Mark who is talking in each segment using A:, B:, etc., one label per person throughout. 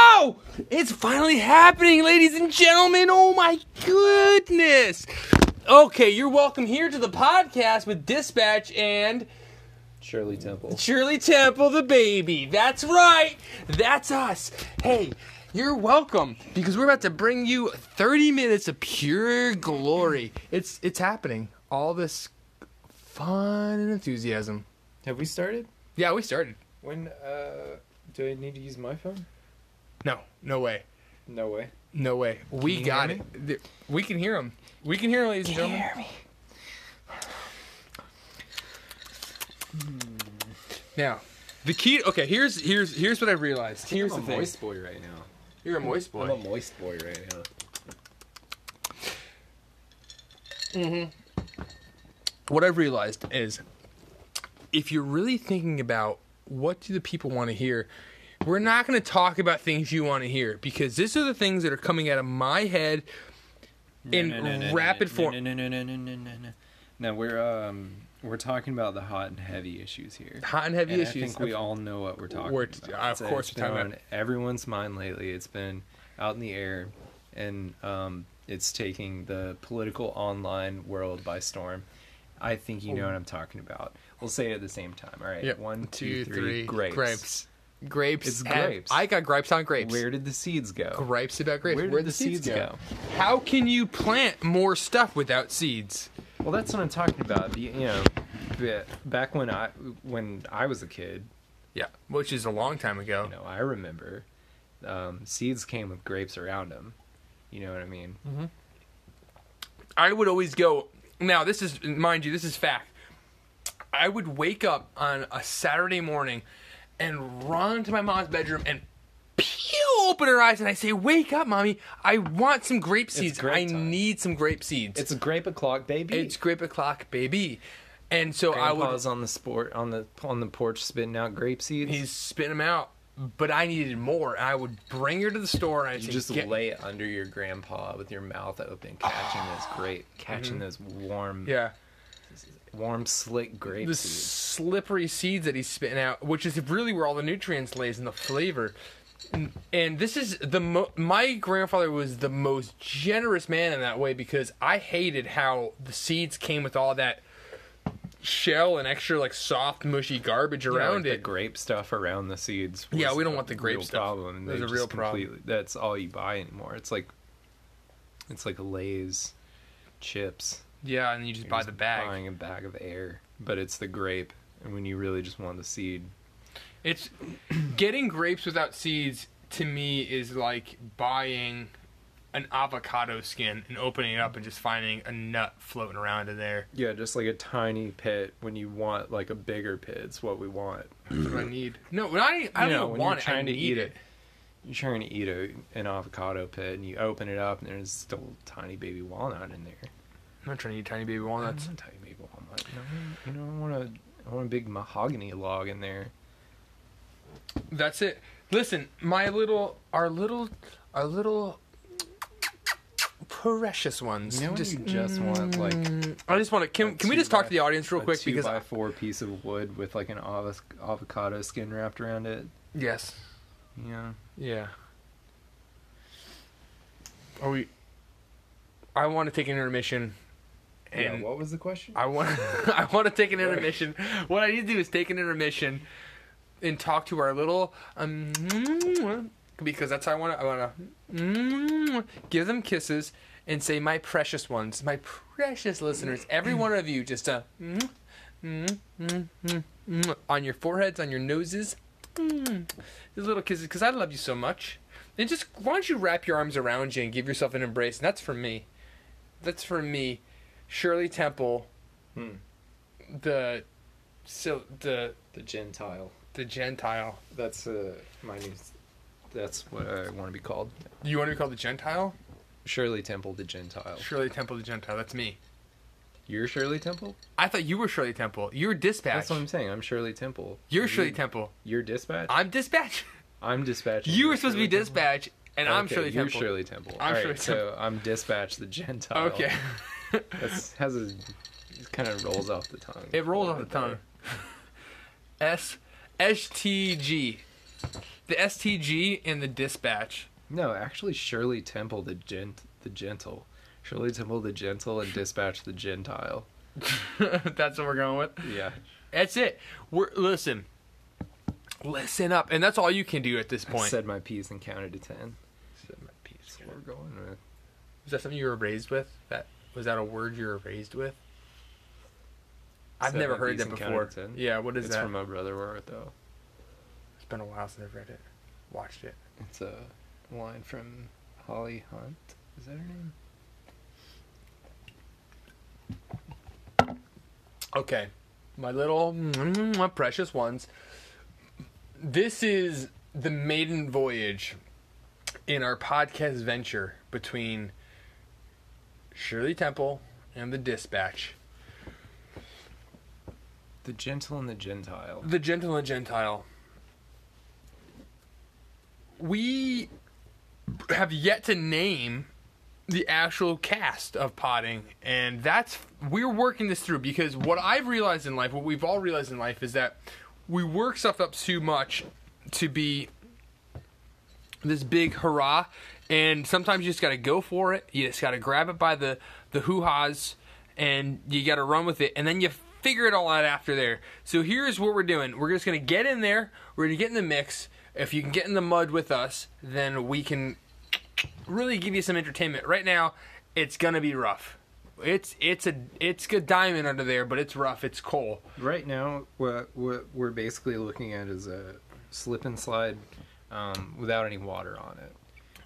A: happened. It's finally happening, ladies and gentlemen. Oh my goodness. Okay, you're welcome here to the podcast with Dispatch and
B: Shirley Temple.
A: Shirley Temple, the baby. That's right. That's us. Hey, you're welcome because we're about to bring you 30 minutes of pure glory. It's it's happening. All this fun and enthusiasm.
B: Have we started?
A: Yeah, we started.
B: When uh do I need to use my phone?
A: No, no way.
B: No way.
A: No way. We
B: you
A: got
B: hear
A: it. Th- We can hear him. We can hear him, ladies and gentlemen. Hmm. Now, the key. Okay, here's here's here's what I realized. Here's
B: I'm
A: the
B: a
A: thing.
B: moist boy right now.
A: You're a moist
B: I'm a
A: boy.
B: moist boy right now.
A: What I've realized is, if you're really thinking about what do the people want to hear, we're not going to talk about things you want to hear because these are the things that are coming out of my head in rapid form.
B: No, no, no, no, no, no, no, no. No, we're um we're talking about the hot and heavy issues here.
A: Hot and heavy
B: And
A: issues.
B: I think we all know what we're talking
A: We're-
B: about.
A: uh, of
B: It's-
A: course
B: it's
A: we're
B: been
A: talking
B: on everyone's mind lately. It's been out in the air, and um, it's taking the political online world by storm. I think you know what I'm talking about. We'll say it at the same time. All right,
A: Oh. Yep.
B: one,
A: Two,
B: two, three.
A: three.
B: Grapes.
A: Grapes. grapes.
B: It's
A: and-
B: grapes.
A: I got gripes on grapes.
B: Where did the seeds go?
A: gripes about grapes.
B: Where did
A: Where'd
B: the seeds go?
A: How can you plant more stuff without seeds?
B: Well, that's what I'm talking about. The- You, know, the- back when I when I was a kid,
A: Yeah, which is a long time ago.
B: you know, I remember um, seeds came with grapes around them. You know what I mean?
A: I would always go. Now, this is, mind you, this is fact. I would wake up on a Saturday morning and run to my mom's bedroom and peel open her eyes and I say, Wake up, mommy. I want some grape seeds.
B: grape
A: I
B: time."
A: need some grape seeds.
B: It's a grape o'clock, baby.
A: It's grape o'clock, baby. And so I would.
B: Grandpa's on the sport on the on the porch spitting out grape seeds.
A: He's spitting them out, but I needed more. And I would bring her to the store and I'd
B: you
A: say,
B: just
A: "Get-
B: lay it under your grandpa with your mouth open, catching those grape, catching those warm,
A: Ah, mm-hmm. Yeah.
B: warm slick grape
A: The
B: seeds.
A: slippery seeds that he's spitting out, which is really where all the nutrients lays in the flavor. And, and this is the mo- my grandfather was the most generous man in that way because I hated how the seeds came with all that shell and extra like soft mushy garbage
B: You know, like
A: around
B: the
A: it.
B: grape stuff around the seeds.
A: Yeah,
B: was
A: we don't
B: a
A: want the grape
B: real
A: stuff.
B: Problem. and
A: It was
B: they
A: a
B: just
A: real problem.
B: completely- That's all you buy anymore. It's like, it's like Lay's chips.
A: yeah, and you just
B: You're
A: buy
B: just
A: the bag.
B: Buying a bag of air, but it's the grape, and when you really just want the seed.
A: It's getting grapes without seeds to me is like buying an avocado skin and opening it up and just finding a nut floating around in there.
B: Yeah, just like a tiny pit when you want like a bigger pit. It's what we want.
A: That's what I need. No, when I I don't
B: You know,
A: even
B: when
A: want
B: you're
A: it. I
B: trying to
A: need
B: eat
A: it.
B: it. You're trying to eat a, an avocado pit and you open it up and there's still a tiny baby walnut in there.
A: I'm not trying to eat tiny baby
B: That's
A: walnuts.
B: a tiny baby walnut. No, you know, I want a I want a big mahogany log in there. Mm-hmm.
A: That's it. Listen, my little, our little, our little precious ones.
B: You know, when you just want like
A: Mm, I just want to. Can,
B: a
A: can we
B: two
A: just talk
B: by-
A: to the audience real
B: a
A: quick?
B: two
A: Because
B: by four piece of wood with like an avo- avocado skin wrapped around it.
A: yes,
B: Yeah.
A: yeah. Are we? I want to take an intermission. And
B: what was the question?
A: I want I want to take an intermission. What I need to do is take an intermission and talk to our little um because that's how I want to I want to give them kisses and say my precious ones, my precious listeners, every one of you just uh, a on your foreheads, on your noses. Mm, these little kisses because I love you so much. And just why don't you wrap your arms around you and give yourself an embrace? And that's for me. That's for me. Shirley Temple,
B: Hmm.
A: the so the
B: the Gentile.
A: the Gentile.
B: That's uh, my new. That's what I want to be called.
A: You want to be called the Gentile?
B: Shirley Temple, the Gentile.
A: Shirley Temple, the Gentile. That's me.
B: You're Shirley Temple.
A: I thought you were Shirley Temple. You're Dispatch.
B: That's what I'm saying. I'm Shirley Temple.
A: You're
B: You-
A: Shirley Temple.
B: You're dispatch.
A: I'm Dispatch.
B: I'm dispatch.
A: You were supposed to be Dispatch, and I'm Shirley
B: you're
A: Temple.
B: Shirley Temple.
A: I'm
B: All right,
A: Shirley
B: so I'm dispatch the Gentile.
A: Okay.
B: That's has a it kind of rolls off the tongue.
A: it rolls off the tongue. S S T G. The STG and the dispatch.
B: No, actually, Shirley Temple the gent the gentle, Shirley Temple the gentle, and Dispatch the Gentile.
A: that's what we're going with.
B: Yeah,
A: That's it. We're listen. Listen up, and that's all you can do at this
B: I
A: point.
B: said my piece and counted to ten.
A: Said my piece.
B: That's what we're going with.
A: Was that something you were raised with? That was that a word you were raised with? I've
B: Said
A: never
B: my
A: heard
B: piece
A: that
B: and counted
A: before.
B: to ten.
A: Yeah, what is
B: it's
A: that?
B: from my brother Ward though.
A: it's been a while since I've read it, watched it.
B: It's a line from Holly Hunt. Is that her name?
A: Okay, my little my precious ones. This is the maiden voyage in our podcast venture between Shirley Temple and the Dispatch.
B: The gentle and the Gentile.
A: The Gentle and Gentile. We have yet to name the actual cast of potting, and that's we're working this through because what I've realized in life, what we've all realized in life, is that we work stuff up too much to be this big hurrah, and sometimes you just got to go for it. You just got to grab it by the the hoo ha's, and you got to run with it, and then you figure it all out after there. So here's what we're doing: we're just gonna get in there, we're gonna get in the mix. If you can get in the mud with us, then we can really give you some entertainment. Right now, it's gonna be rough. It's it's a it's a diamond under there, but it's rough. It's coal.
B: Right now, what what we're basically looking at is a slip and slide um, without any water on it.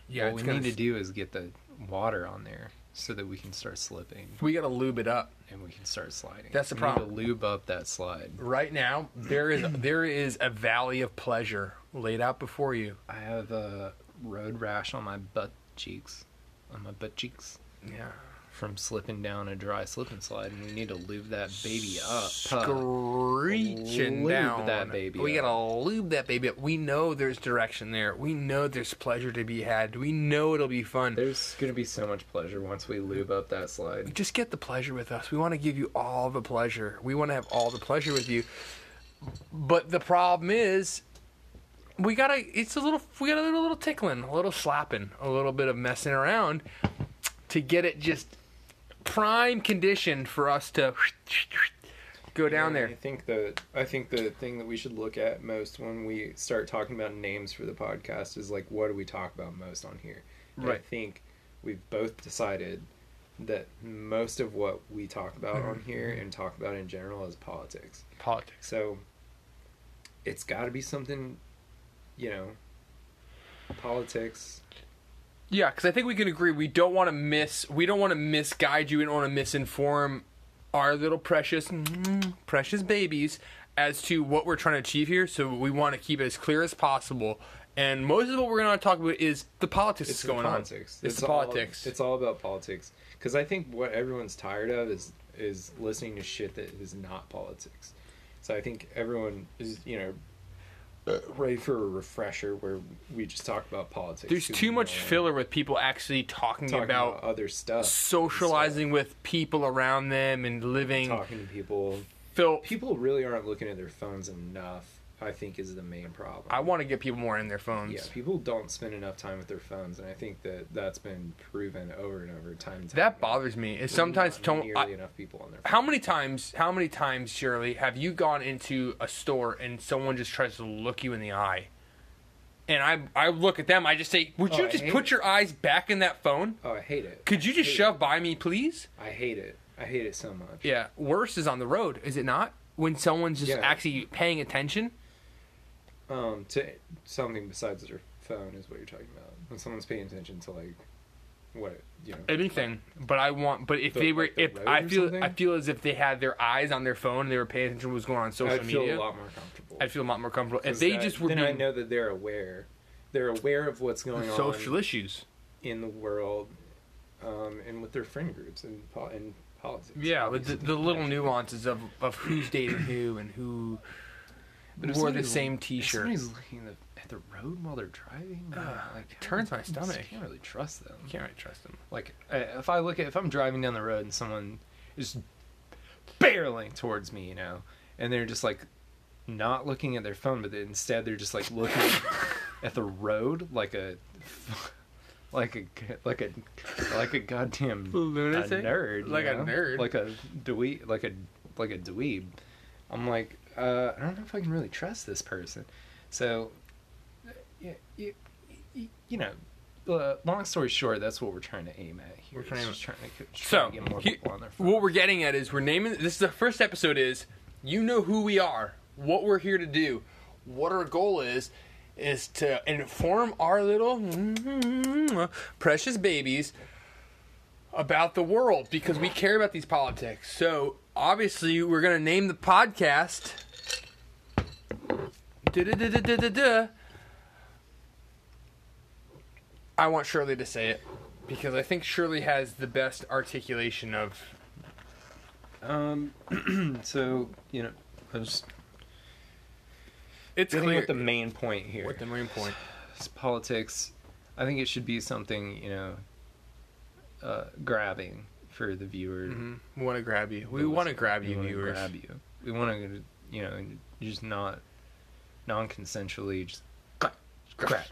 A: Yeah,
B: what
A: it's
B: we
A: gonna,
B: need to do is get the water on there so that we can start slipping
A: we gotta lube it up.
B: and we can start sliding.
A: That's the
B: We
A: problem.
B: Need to lube up that slide.
A: Right now, there is there is a valley of pleasure laid out before you.
B: I have a road rash on my butt cheeks, on my butt cheeks
A: Yeah.
B: from slipping down a dry slip and slide, and we need to lube that baby up. Uh, huh?
A: Screeching
B: Lube
A: down
B: that baby
A: We
B: up.
A: gotta lube that baby up. We know there's direction there. We know there's pleasure to be had. We know it'll be fun.
B: There's gonna be so much pleasure once we lube up that slide.
A: just get the pleasure with us. We want to give you all the pleasure. We want to have all the pleasure with you. But the problem is, we gotta. It's a little. We gotta do a little tickling, a little slapping, a little bit of messing around to get it just prime condition for us to go down
B: I
A: there.
B: think the I think the thing that we should look at most when we start talking about names for the podcast is like what do we talk about most on here? And I
A: Right.
B: think we've both decided that most of what we talk about on
A: Mm-hmm.
B: here and talk about in general is politics.
A: Politics.
B: So it's got to be something, you know, politics.
A: Yeah, because I think we can agree we don't want to miss. We don't want to misguide you. We don't want to misinform our little precious, mm, precious babies as to what we're trying to achieve here. So we want to keep it as clear as possible. And most of what we're going to talk about is the politics that's
B: the
A: going
B: politics.
A: on. It's, the
B: all-
A: politics.
B: It's all about politics because I think what everyone's tired of is is listening to shit that is not politics. So I think everyone is you know ready for a refresher where we just talk about politics.
A: There's
B: 'cause
A: too
B: we
A: much
B: don't
A: filler with people actually talking,
B: wanna talk
A: about,
B: other stuff,
A: socializing with people around them and living.
B: Instead of talking to people.
A: Phil,
B: People really aren't looking at their phones enough. I think is the main problem.
A: I want to get people more in their phones.
B: yeah, people don't spend enough time with their phones, and I think that that's been proven over and over, time and time.
A: That
B: again.
A: bothers me. Is sometimes
B: Not
A: don't.
B: nearly
A: I-
B: enough people on their
A: how many times how many times shirley have you gone into a store and someone just tries to look you in the eye and i i look at them i just say would
B: Oh,
A: you
B: I
A: just
B: hate
A: put
B: it.
A: your eyes back in that phone
B: Oh, I hate it.
A: could you just
B: Hate it.
A: shove by me please
B: I hate it. I hate it so much.
A: yeah worse is on the road is it not when someone's just
B: Yeah.
A: actually paying attention
B: Um, to something besides their phone is what you're talking about. When someone's paying attention to like, what you know.
A: anything but i want but if
B: The-
A: they were
B: like the
A: if
B: road
A: i
B: or
A: feel
B: something?
A: i feel as if they had their eyes on their phone and they were paying attention to what was going on, on social
B: I'd feel
A: media
B: a lot more comfortable.
A: i'd feel a lot more comfortable if
B: 'Cause
A: they
B: that-
A: just were
B: then I
A: being
B: know that they're aware. They're aware of what's going
A: social
B: on
A: issues
B: in the world, um, and with their friend groups and pol- and politics.
A: Yeah, with the,
B: obviously.
A: the little nuances of, of who's dating who and who
B: But if
A: wore the
B: somebody's-
A: same
B: If
A: T-shirt.
B: Somebody's looking at the, at the road while they're driving.
A: Ugh,
B: like
A: it turns my
B: I just
A: stomach.
B: Can't really trust them.
A: You can't really trust them.
B: Like I- if I look at if I'm driving down the road and someone is barreling towards me, you know, and they're just like not looking at their phone, but instead they're just like looking at the road like a like a like a like a goddamn
A: Lunatic?
B: a nerd, you
A: Like a
B: know?
A: nerd.
B: like a dweeb, like a like a dweeb. I'm like, uh, I don't know if I can really trust this person. So, you, you, you know, uh, long story short, that's what we're trying to aim at here.
A: We're trying
B: It's
A: to-
B: just trying to, get- trying
A: So,
B: to get more
A: he-
B: people on their phone.
A: what we're getting at is we're naming this is the first episode is you know who we are, what we're here to do, what our goal is is to inform our little precious babies about the world because we care about these politics. So, obviously, we're going to name the podcast Da-da-da-da-da-da-da. I want Shirley to say it because I think Shirley has the best articulation of
B: Um, so you know, I was
A: It's
B: dealing
A: clear.
B: with the main point here.
A: With the main point.
B: It's politics. I think it should be something you know, uh, grabbing for the viewer.
A: We want to grab you. Mm-hmm. We want to grab you,
B: wanna
A: viewers.
B: Grab you. We want to, you know, just not non-consensually just grab, grab,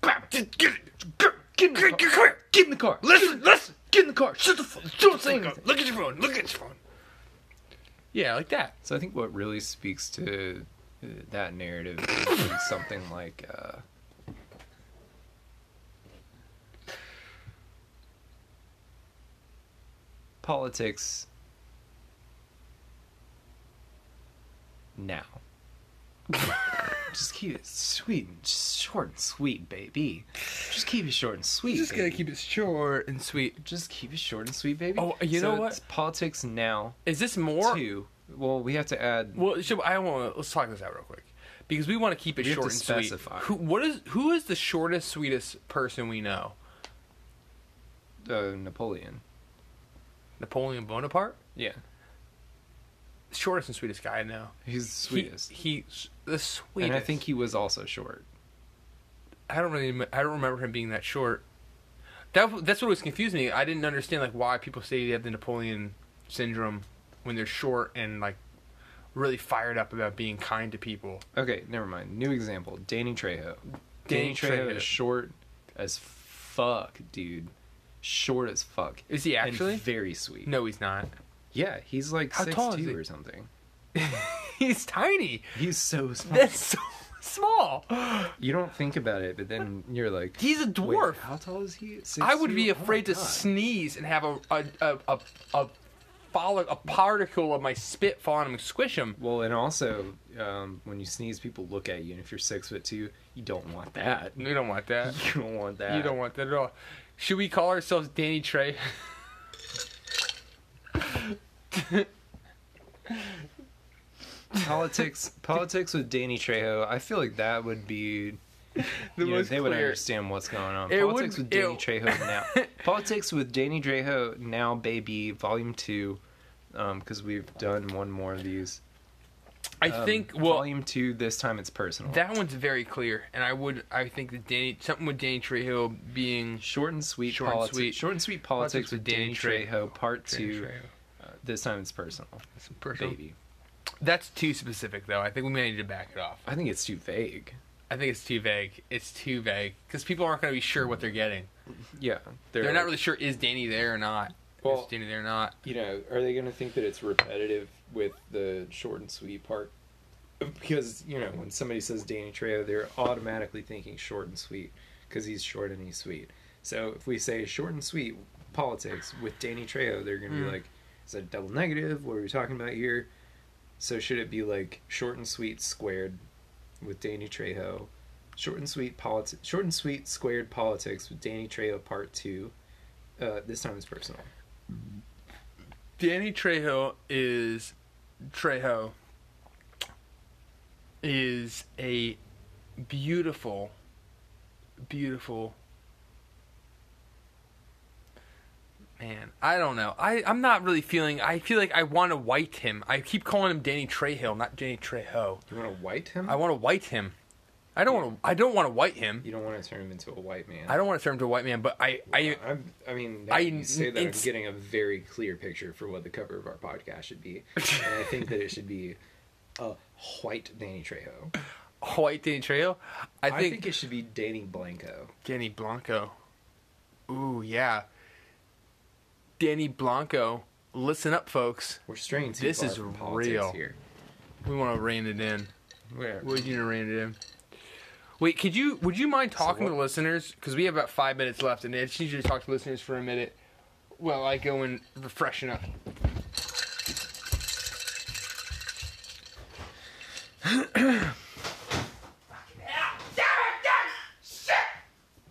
B: grab. Just get it. Grab. Get in the car. Get in the car.
A: Listen, listen.
B: Get in the car. Shut the fuck. Don't say anything.
A: Look at your phone. Look at your phone. Yeah, like that.
B: So I think what really speaks to uh, that narrative is something like uh, politics now. Just keep it sweet and short and sweet, baby. Just keep it short and sweet. baby.
A: it short and sweet.
B: Just keep it short and sweet, baby.
A: Oh, you
B: So
A: know what?
B: It's politics now.
A: Is this more?
B: Two. Well, we have to add.
A: Well, should, I want. Let's talk this out real quick because we want to keep it
B: We have
A: short
B: to
A: and
B: specify.
A: sweet. Who? What is? Who is the shortest, sweetest person we know?
B: uh, Napoleon.
A: Napoleon Bonaparte,
B: Yeah,
A: shortest and sweetest guy I know.
B: he's the sweetest.
A: He, he the sweetest.
B: and I think he was also short.
A: I don't really. I don't remember him being that short. That that's what was confusing me. I didn't understand like why people say they have the Napoleon syndrome when they're short and like really fired up about being kind to people.
B: Okay, never mind. New example: Danny Trejo.
A: Danny
B: Danny, Trejo,
A: Trejo.
B: is short as fuck, dude. Short as fuck.
A: Is he actually?
B: And very sweet.
A: No, he's not.
B: Yeah, he's like
A: How
B: six
A: tall is he?
B: two or something.
A: He's tiny.
B: He's so small.
A: That's so small.
B: You don't think about it, but then you're like,
A: He's a
B: wait,
A: dwarf.
B: how tall is he?
A: I would
B: 6'2"?
A: be
B: Oh my
A: afraid to
B: God.
A: sneeze and have a a a a, a, follic- a particle of my spit fall on him and squish him.
B: Well, and also, um, when you sneeze, people look at you, and if you're six foot two, you don't want that. You
A: You don't want that.
B: don't want that.
A: You don't want that at all. Should we call ourselves Danny Trey?
B: politics politics with Danny Trejo. I feel like that would be
A: The
B: you know,
A: most
B: they would
A: clear-
B: understand what's going on.
A: It
B: politics
A: would-
B: with Danny
A: it-
B: Trejo now. politics with Danny Trejo now, baby, volume two, because we've done one more of these.
A: I
B: Um,
A: think well
B: volume two. This time it's personal.
A: that one's very clear, and I would I think that Danny something with Danny Trejo being
B: short and sweet.
A: Short and
B: politics,
A: sweet.
B: Short and sweet politics, with Danny Trejo, part
A: Danny
B: two.
A: Trejo.
B: Uh, this time it's personal,
A: That's a personal-
B: baby.
A: That's too specific though. I think we may need to back it off.
B: I think it's too vague.
A: I think it's too vague. It's too vague because people aren't going to be sure what they're getting.
B: Yeah,
A: They're, not really sure is Danny there or not.
B: Well-
A: is Danny there or not?
B: you know, are they going to think that it's repetitive with the short and sweet part? Because you know, when somebody says Danny Trejo, they're automatically thinking short and sweet because he's short and he's sweet. So if we say short and sweet politics with Danny Trejo, they're going to be like, "Is that a double negative? What are we talking about here?" So should it be like short and sweet squared with Danny Trejo, short and sweet politics, short and sweet squared politics with Danny Trejo part two? Uh, this time it's personal.
A: Danny Trejo is Trejo is a beautiful, beautiful man. I don't know. I I'm not really feeling. I feel like I want to white him. I keep calling him Danny Trejo, not Danny Trejo.
B: You want to white him?
A: I want to white him. I don't want to. I don't want to white him.
B: you don't want to turn him into a white man.
A: I don't want to turn him to a white man. But I I
B: I'm, I mean, now
A: I-
B: I, you say that I'm
A: it's-
B: getting a very clear picture for what the cover of our podcast should be, and I think that it should be a white Danny Trejo.
A: White Danny Trejo. I
B: I
A: think,
B: think, it should be Danny Blanco.
A: Danny Blanco. Ooh yeah. Danny Blanco, listen up, folks.
B: We're straying too
A: This
B: far
A: is
B: from politics
A: real.
B: here.
A: We want to rein it in.
B: Where?
A: What are you gonna rein it in? Wait, could you? Would you mind talking to
B: what-
A: listeners? Because we have about five minutes left, and I just need you to talk to listeners for a minute while I go and refreshen up.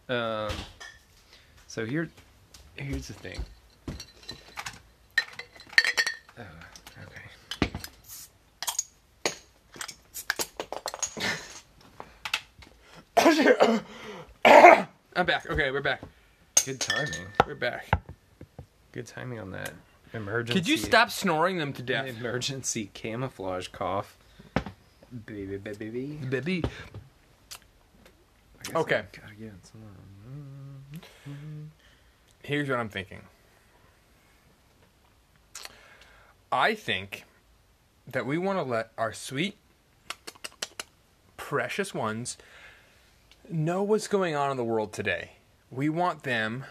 B: Um, so here, here's the thing. Uh, okay.
A: I'm back. Okay, we're back.
B: Good timing.
A: We're back.
B: Good timing on that. Emergency.
A: Could you stop snoring them to death,
B: Emergency camouflage cough. Baby, baby, baby.
A: baby?
B: I guess
A: Okay.
B: I gotta get some more.
A: Here's what I'm thinking. I think that we want to let our sweet, precious ones know what's going on in the world today. We want them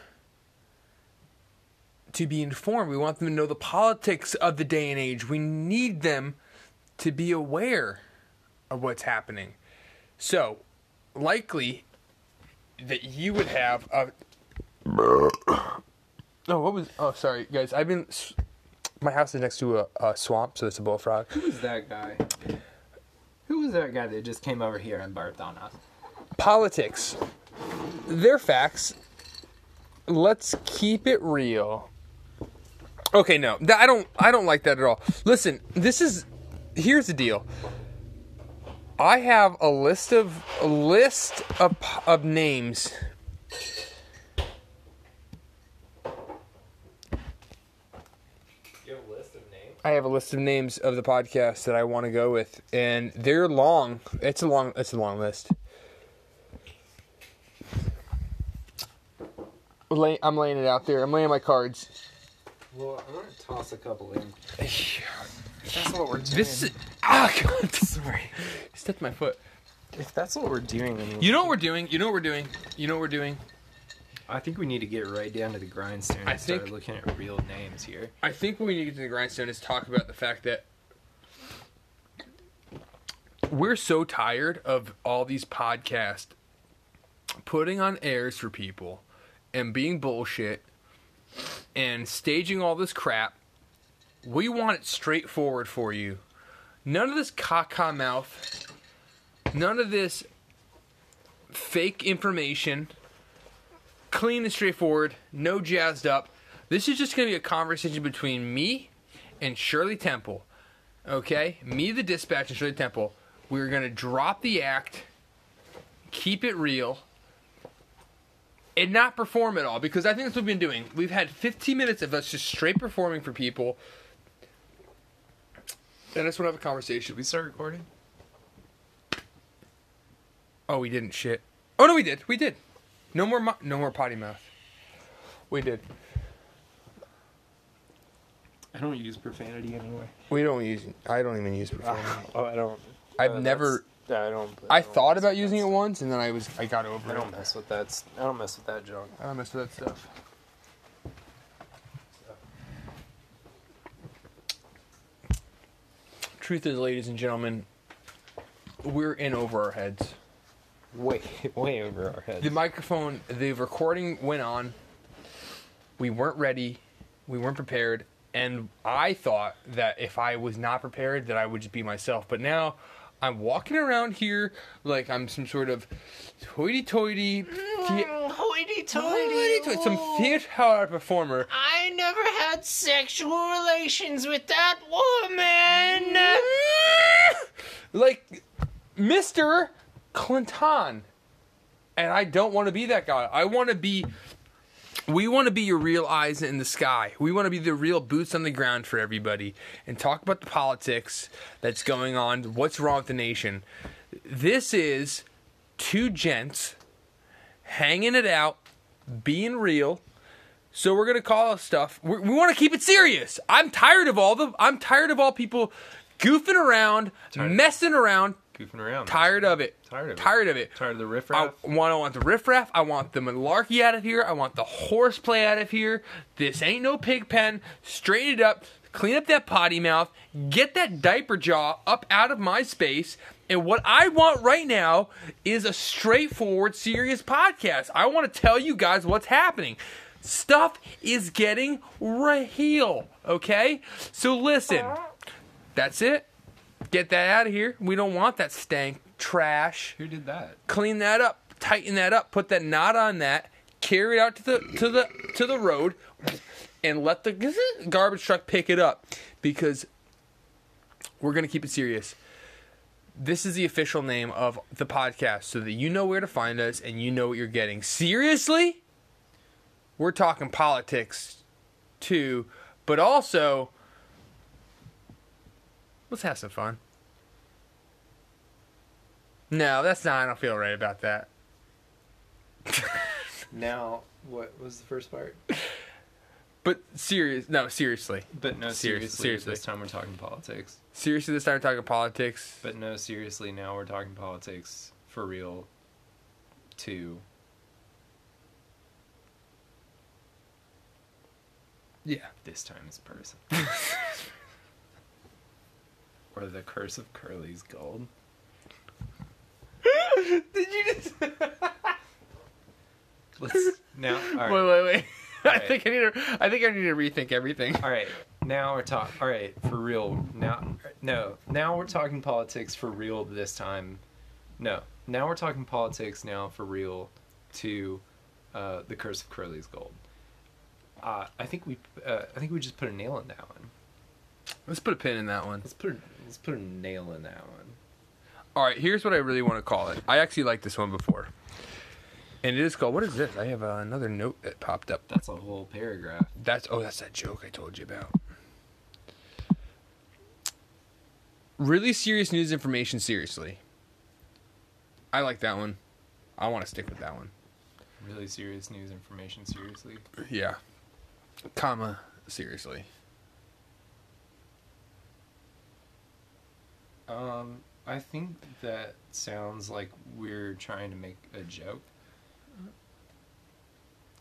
A: to be informed. We want them to know the politics of the day and age. We need them to be aware of what's happening. So, likely that you would have a Oh, what was? Oh, sorry, guys. I've been. s- My house is next to a, a swamp, so it's a bullfrog.
B: Who was that guy? Who was that guy that just came over here and barfed on us?
A: Politics, they're facts. Let's keep it real. Okay, no, th- I don't. I don't like that at all. Listen, this is. Here's the deal. I have a list of a list of of names.
B: You have a list of names?
A: I have a list of names of the podcasts that I want to go with, and they're long. It's a long. It's a long list. Lay, I'm laying it out there. I'm laying my cards.
B: Well, I'm gonna toss a couple in. That's what we're doing.
A: This is ah God, sorry. Stepped my foot.
B: if that's what we're doing, then
A: You know what we're doing. You know what we're doing. You know what we're doing.
B: I think we need to get right down to the grindstone and
A: I
B: start
A: think-
B: looking at real names here.
A: I think what we need to get to the grindstone is talk about the fact that we're so tired of all these podcasts putting on airs for people and being bullshit and staging all this crap. We want it straightforward for you. None of this caca mouth. None of this fake information clean and straightforward, no jazzed up. This is just going to be a conversation between me and Shirley Temple. Okay? Me, the dispatch, and Shirley Temple. We're going to drop the act, keep it real, and not perform at all because I think that's what we've been doing. We've had 15 minutes of us just straight performing for people. And I just want to have a conversation.
B: Should we start recording?
A: Oh, we didn't shit. Oh no, we did. We did. No more. Mo- no more potty mouth. We did.
B: I don't use profanity anyway.
A: We don't use. I don't even use profanity.
B: oh, I don't.
A: Ah, I've never.
B: I don't.
A: I thought about using it once, and then I was. I got over it.
B: I don't mess with that. I don't mess with that junk.
A: I don't mess with that stuff. Truth is, ladies and gentlemen, we're in over our heads.
B: Way, way over our heads.
A: The microphone, the recording went on. We weren't ready. We weren't prepared. And I thought that if I was not prepared, that I would just be myself. But now I'm walking around here like I'm some sort of hoity toity.
C: Hoity
A: Hoity-toity, some
C: toity.
A: theater performer.
C: I never had sexual relations with that woman.
A: Mm-hmm. like Mr. Clinton. And I don't want to be that guy. I want to be. We want to be your real eyes in the sky. We want to be the real boots on the ground for everybody and talk about the politics that's going on, what's wrong with the nation. This is two gents hanging it out, being real. So we're gonna call it stuff. we we want to keep it serious. I'm tired of all the. I'm tired of all people goofing around, messing around,
B: goofing around.
A: Tired of it.
B: Tired of it.
A: Tired of it.
B: Tired of the
A: I
B: riffraff.
A: want, I want the riffraff. I want the malarkey out of here. I want the horseplay out of here. This ain't no pig pen. Straight it up. Clean up that potty mouth. Get that diaper jaw up out of my space. And what I want right now is a straightforward, serious podcast. I want to tell you guys what's happening. Stuff is getting real, okay? So listen, that's it. Get that out of here. We don't want that stank trash
B: Who did that?
A: clean that up, tighten that up, put that knot on that, carry it out to the to the to the road, and let the garbage truck pick it up because we're gonna keep it serious. This is the official name of the podcast, so that you know where to find us and you know what you're getting. Seriously, we're talking politics too, but also let's have some fun. No, that's not. I don't feel right about that.
B: Now, what was the first part?
A: But serious, no, seriously,
B: But no,
A: Serious-
B: seriously,
A: seriously.
B: This time we're talking politics.
A: seriously. This time we're talking politics.
B: But no, seriously, now we're talking politics for real. Too.
A: yeah,
B: This time it's person. or the curse of Curly's gold.
A: did you just? wait,
B: Let's now. All right.
A: wait, wait. I
B: Alright.
A: think I need to. I think I need to rethink everything.
B: All right. Now we're talking. All right, for real. Now, no. Now we're talking politics for real this time. No. Now we're talking politics now for real to uh, the curse of Curly's gold. Uh, I think we. Uh, I think we just put a nail in that one.
A: Let's put a pin in that one.
B: Let's put. A, let's put a nail in that one.
A: All right, here's what I really want to call it. I actually liked this one before, and it is called. What is this? I have uh, another note that popped up.
B: That's a whole paragraph.
A: That's oh, that's that joke I told you about. Really serious news information. Seriously, I like that one. I want to stick with that one.
B: Really serious news information. Seriously.
A: Yeah. Comma, seriously.
B: Um, I think that sounds like we're trying to make a joke.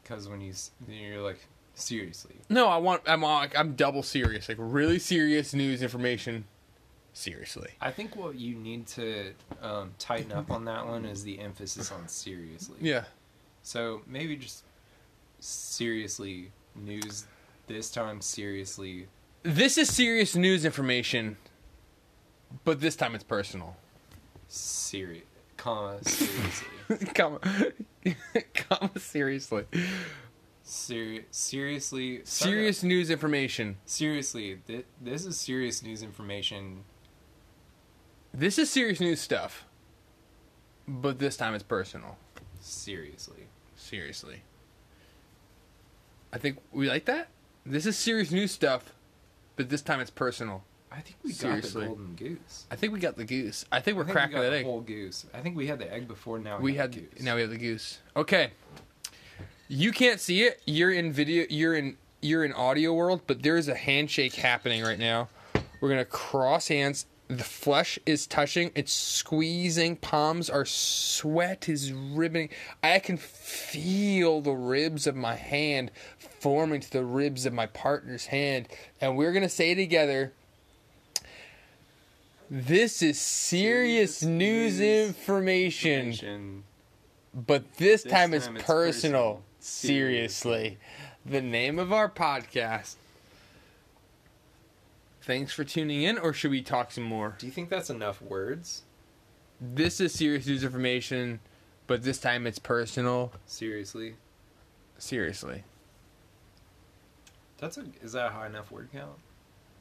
B: Because when you s- you're like seriously,
A: No, I want I'm all, like I'm double serious, like really serious news information. Seriously.
B: I think what you need to um, tighten up on that one is the emphasis on seriously.
A: Yeah.
B: So maybe just seriously news this time seriously.
A: This is serious news information, but this time it's personal.
B: Serious, comma seriously,
A: Comma. Comma seriously.
B: Seri- seriously, sorry.
A: Serious news information.
B: seriously. Th- this is serious news information.
A: This is serious news stuff, but this time it's personal.
B: Seriously.
A: Seriously. I think we like that? This is serious news stuff, but this time it's personal.
B: I think we got
A: Seriously.
B: the golden goose.
A: I think we got the goose. I think we're
B: I think
A: cracking
B: we got
A: that
B: the
A: egg.
B: whole goose. I think we had the egg before. Now we,
A: we had
B: have the goose.
A: now we have the goose. Okay. You can't see it. You're in video. You're in you're in audio world, but there is a handshake happening right now. We're gonna cross hands. The flesh is touching. It's squeezing. Palms are sweat is ribbing. I can feel the ribs of my hand forming to the ribs of my partner's hand, and we're gonna say together. This is serious,
B: Serious
A: news,
B: news
A: information.
B: Nation.
A: But this,
B: This
A: time, it's,
B: time it's
A: personal.
B: personal.
A: Seriously. The name of our podcast. Thanks for tuning in, or should we talk some more?
B: Do you think that's enough words?
A: This is serious news information, but this time it's personal.
B: Seriously,
A: Seriously.
B: that's a is that a high enough word count?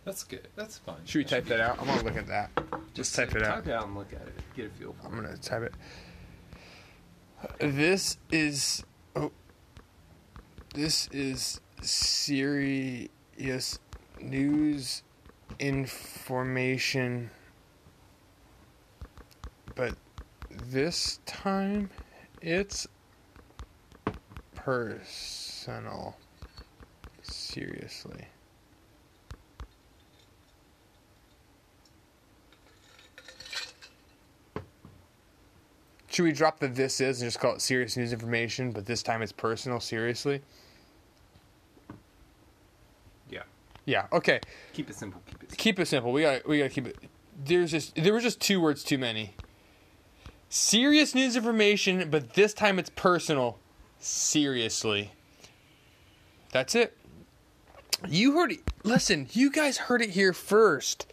B: That's good. That's fine.
A: Should we
B: That
A: type
B: be-
A: that out? I'm gonna look at that. Just type it out.
B: Type it out and look at it. Get a feel for
A: I'm gonna type it. This is oh, this is serious news information, but this time it's personal. Seriously. Should we drop the this is and just call it serious news information, but this time it's personal, seriously?
B: Yeah.
A: Yeah, okay.
B: Keep it simple. Keep it simple.
A: Keep it simple. We gotta we gotta keep it there's just there were just two words too many. Serious news information, but this time it's personal. Seriously. That's it. You heard it. Listen, you guys heard it here first.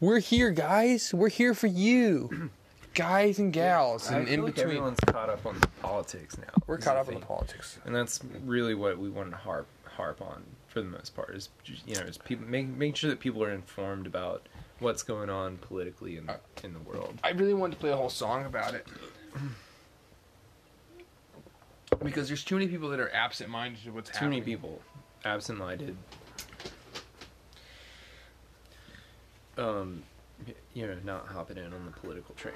A: We're here, guys. We're here for you. guys and gals
B: I
A: and in
B: feel like
A: between.
B: everyone's caught up on the politics now.
A: We're
B: is
A: caught
B: the
A: up in the
B: thing.
A: politics.
B: and that's really what we want to harp harp on for the most part is just, you know is people make make sure that people are informed about what's going on politically in in the world.
A: I really wanted to play a whole song about it. Because there's too many people that are absent minded to what's
B: Too
A: happening.
B: many people absent-minded. Um, y- you know, not hopping in on the political train.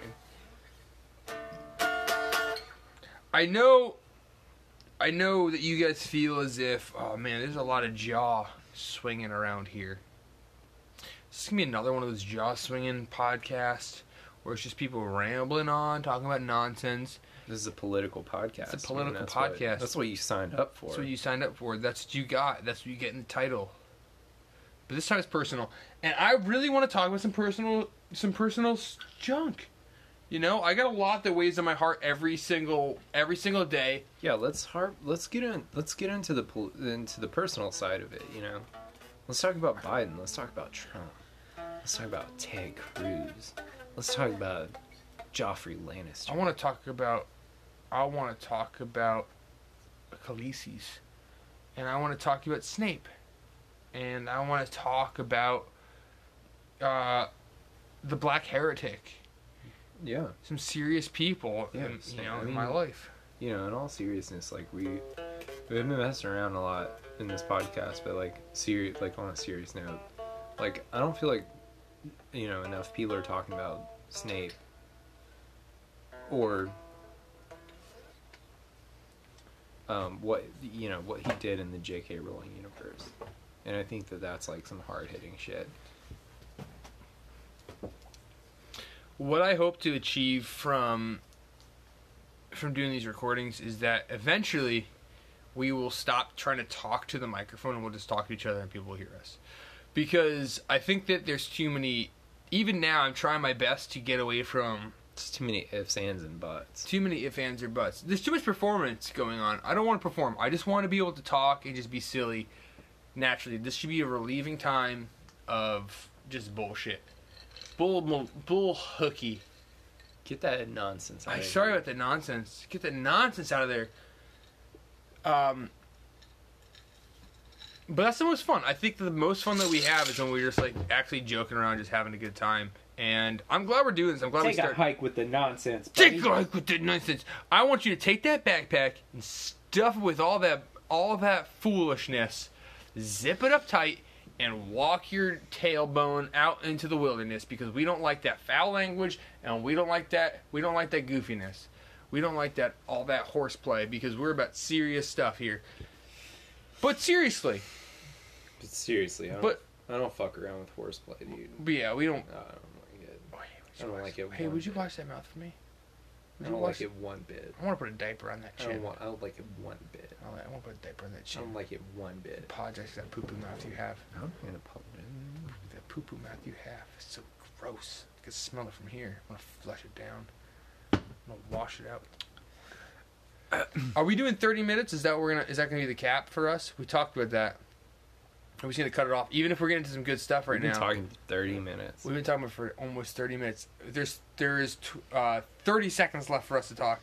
A: I know, I know that you guys feel as if, oh man, there's a lot of jaw swinging around here. This is gonna be another one of those jaw swinging podcasts where it's just people rambling on, talking about nonsense.
B: This is a political podcast.
A: It's a political
B: that's
A: podcast.
B: What, that's what you signed up for.
A: That's what you signed up for. That's what you got. That's what you get in the title. But this time it's personal, and I really want to talk about some personal, some personal s- junk. You know, I got a lot that weighs on my heart every single, every single day.
B: yeah, let's harp. Let's get in. Let's get into the pol- into the personal side of it. You know, let's talk about Biden. Let's talk about Trump. Let's talk about Ted Cruz. Let's talk about Joffrey Lannister.
A: I want to talk about. I want to talk about Khaleesi's, and I want to talk about Snape, and I want to talk about uh, the Black Heretic.
B: yeah,
A: Some serious people,
B: Yeah,
A: in, you
B: Snape.
A: know,
B: I
A: in
B: mean-
A: my life.
B: you know. In all seriousness, like we we've been messing around a lot in this podcast, but like serious, like on a serious note, like I don't feel like you know enough people are talking about Snape or um, what you know what he did in the J.K. Rowling universe, and I think that that's like some hard hitting shit.
A: What I hope to achieve from from doing these recordings is that eventually we will stop trying to talk to the microphone and we'll just talk to each other and people will hear us. Because I think that there's too many even now I'm trying my best to get away from
B: It's too many ifs, ands, and buts.
A: too many if ands or buts. There's too much performance going on. I don't want to perform. I just want to be able to talk and just be silly naturally. This should be a relieving time of just bullshit. Bull bull, bull hooky.
B: Get that nonsense. out
A: I'm
B: of
A: sorry
B: here.
A: about the nonsense. Get the nonsense out of there. Um, but that's the most fun. I think the most fun that we have is when we're just like actually joking around, just having a good time. And I'm glad we're doing this. I'm glad we
D: Take a
A: start.
D: hike with the nonsense.
A: Take a
D: buddy.
A: hike with the nonsense. I want you to take that backpack and stuff it with all that all that foolishness, zip it up tight, and walk your tailbone out into the wilderness because we don't like that foul language and we don't like that we don't like that goofiness. We don't like that all that horseplay because we're about serious stuff here. But seriously,
B: But seriously, I don't,
A: But-
B: I don't fuck around with horseplay, dude.
A: but yeah, we don't.
B: I don't like it.
A: I
B: I don't like it
A: Hey,
B: one
A: would you
B: bit.
A: wash that mouth for me?
B: I
A: Would you
B: don't
A: wash?
B: like it one bit.
A: I want to put a diaper on that
B: I
A: chin.
B: don't want. I don't like it one bit.
A: I want to put a diaper on that
B: I
A: chin.
B: don't like it one bit.
A: apologize for that poo poo mouth you have.
B: I'm gonna apologize.
A: That poo poo mouth you have is so gross. I can smell it from here. I'm gonna flush it down. I'm gonna wash it out. Are we doing 30 minutes? Is that what we're gonna? Is that gonna be the cap for us? We talked about that. Are we just gonna cut it off? Even if we're getting to some good stuff right
B: We've been
A: now.
B: talking for 30 minutes.
A: We've been talking about for almost 30 minutes. There's there is tw- uh, 30 seconds left for us to talk.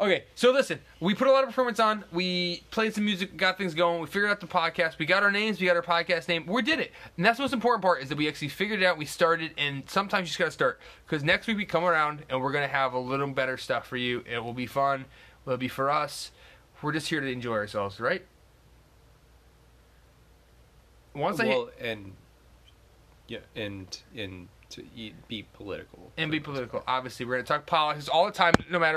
A: Okay, so listen, we put a lot of performance on. We played some music, got things going. We figured out the podcast. We got our names. We got our podcast name. We did it, and that's the most important part is that we actually figured it out. We started, and sometimes you just gotta start because next week we come around and we're gonna have a little better stuff for you. It will be fun. It'll be for us. We're just here to enjoy ourselves, right? Once I hit-
B: well, and yeah, and and to eat, be political.
A: and
B: for
A: be
B: the most part.
A: political. Obviously, we're going to talk politics all the time, no matter.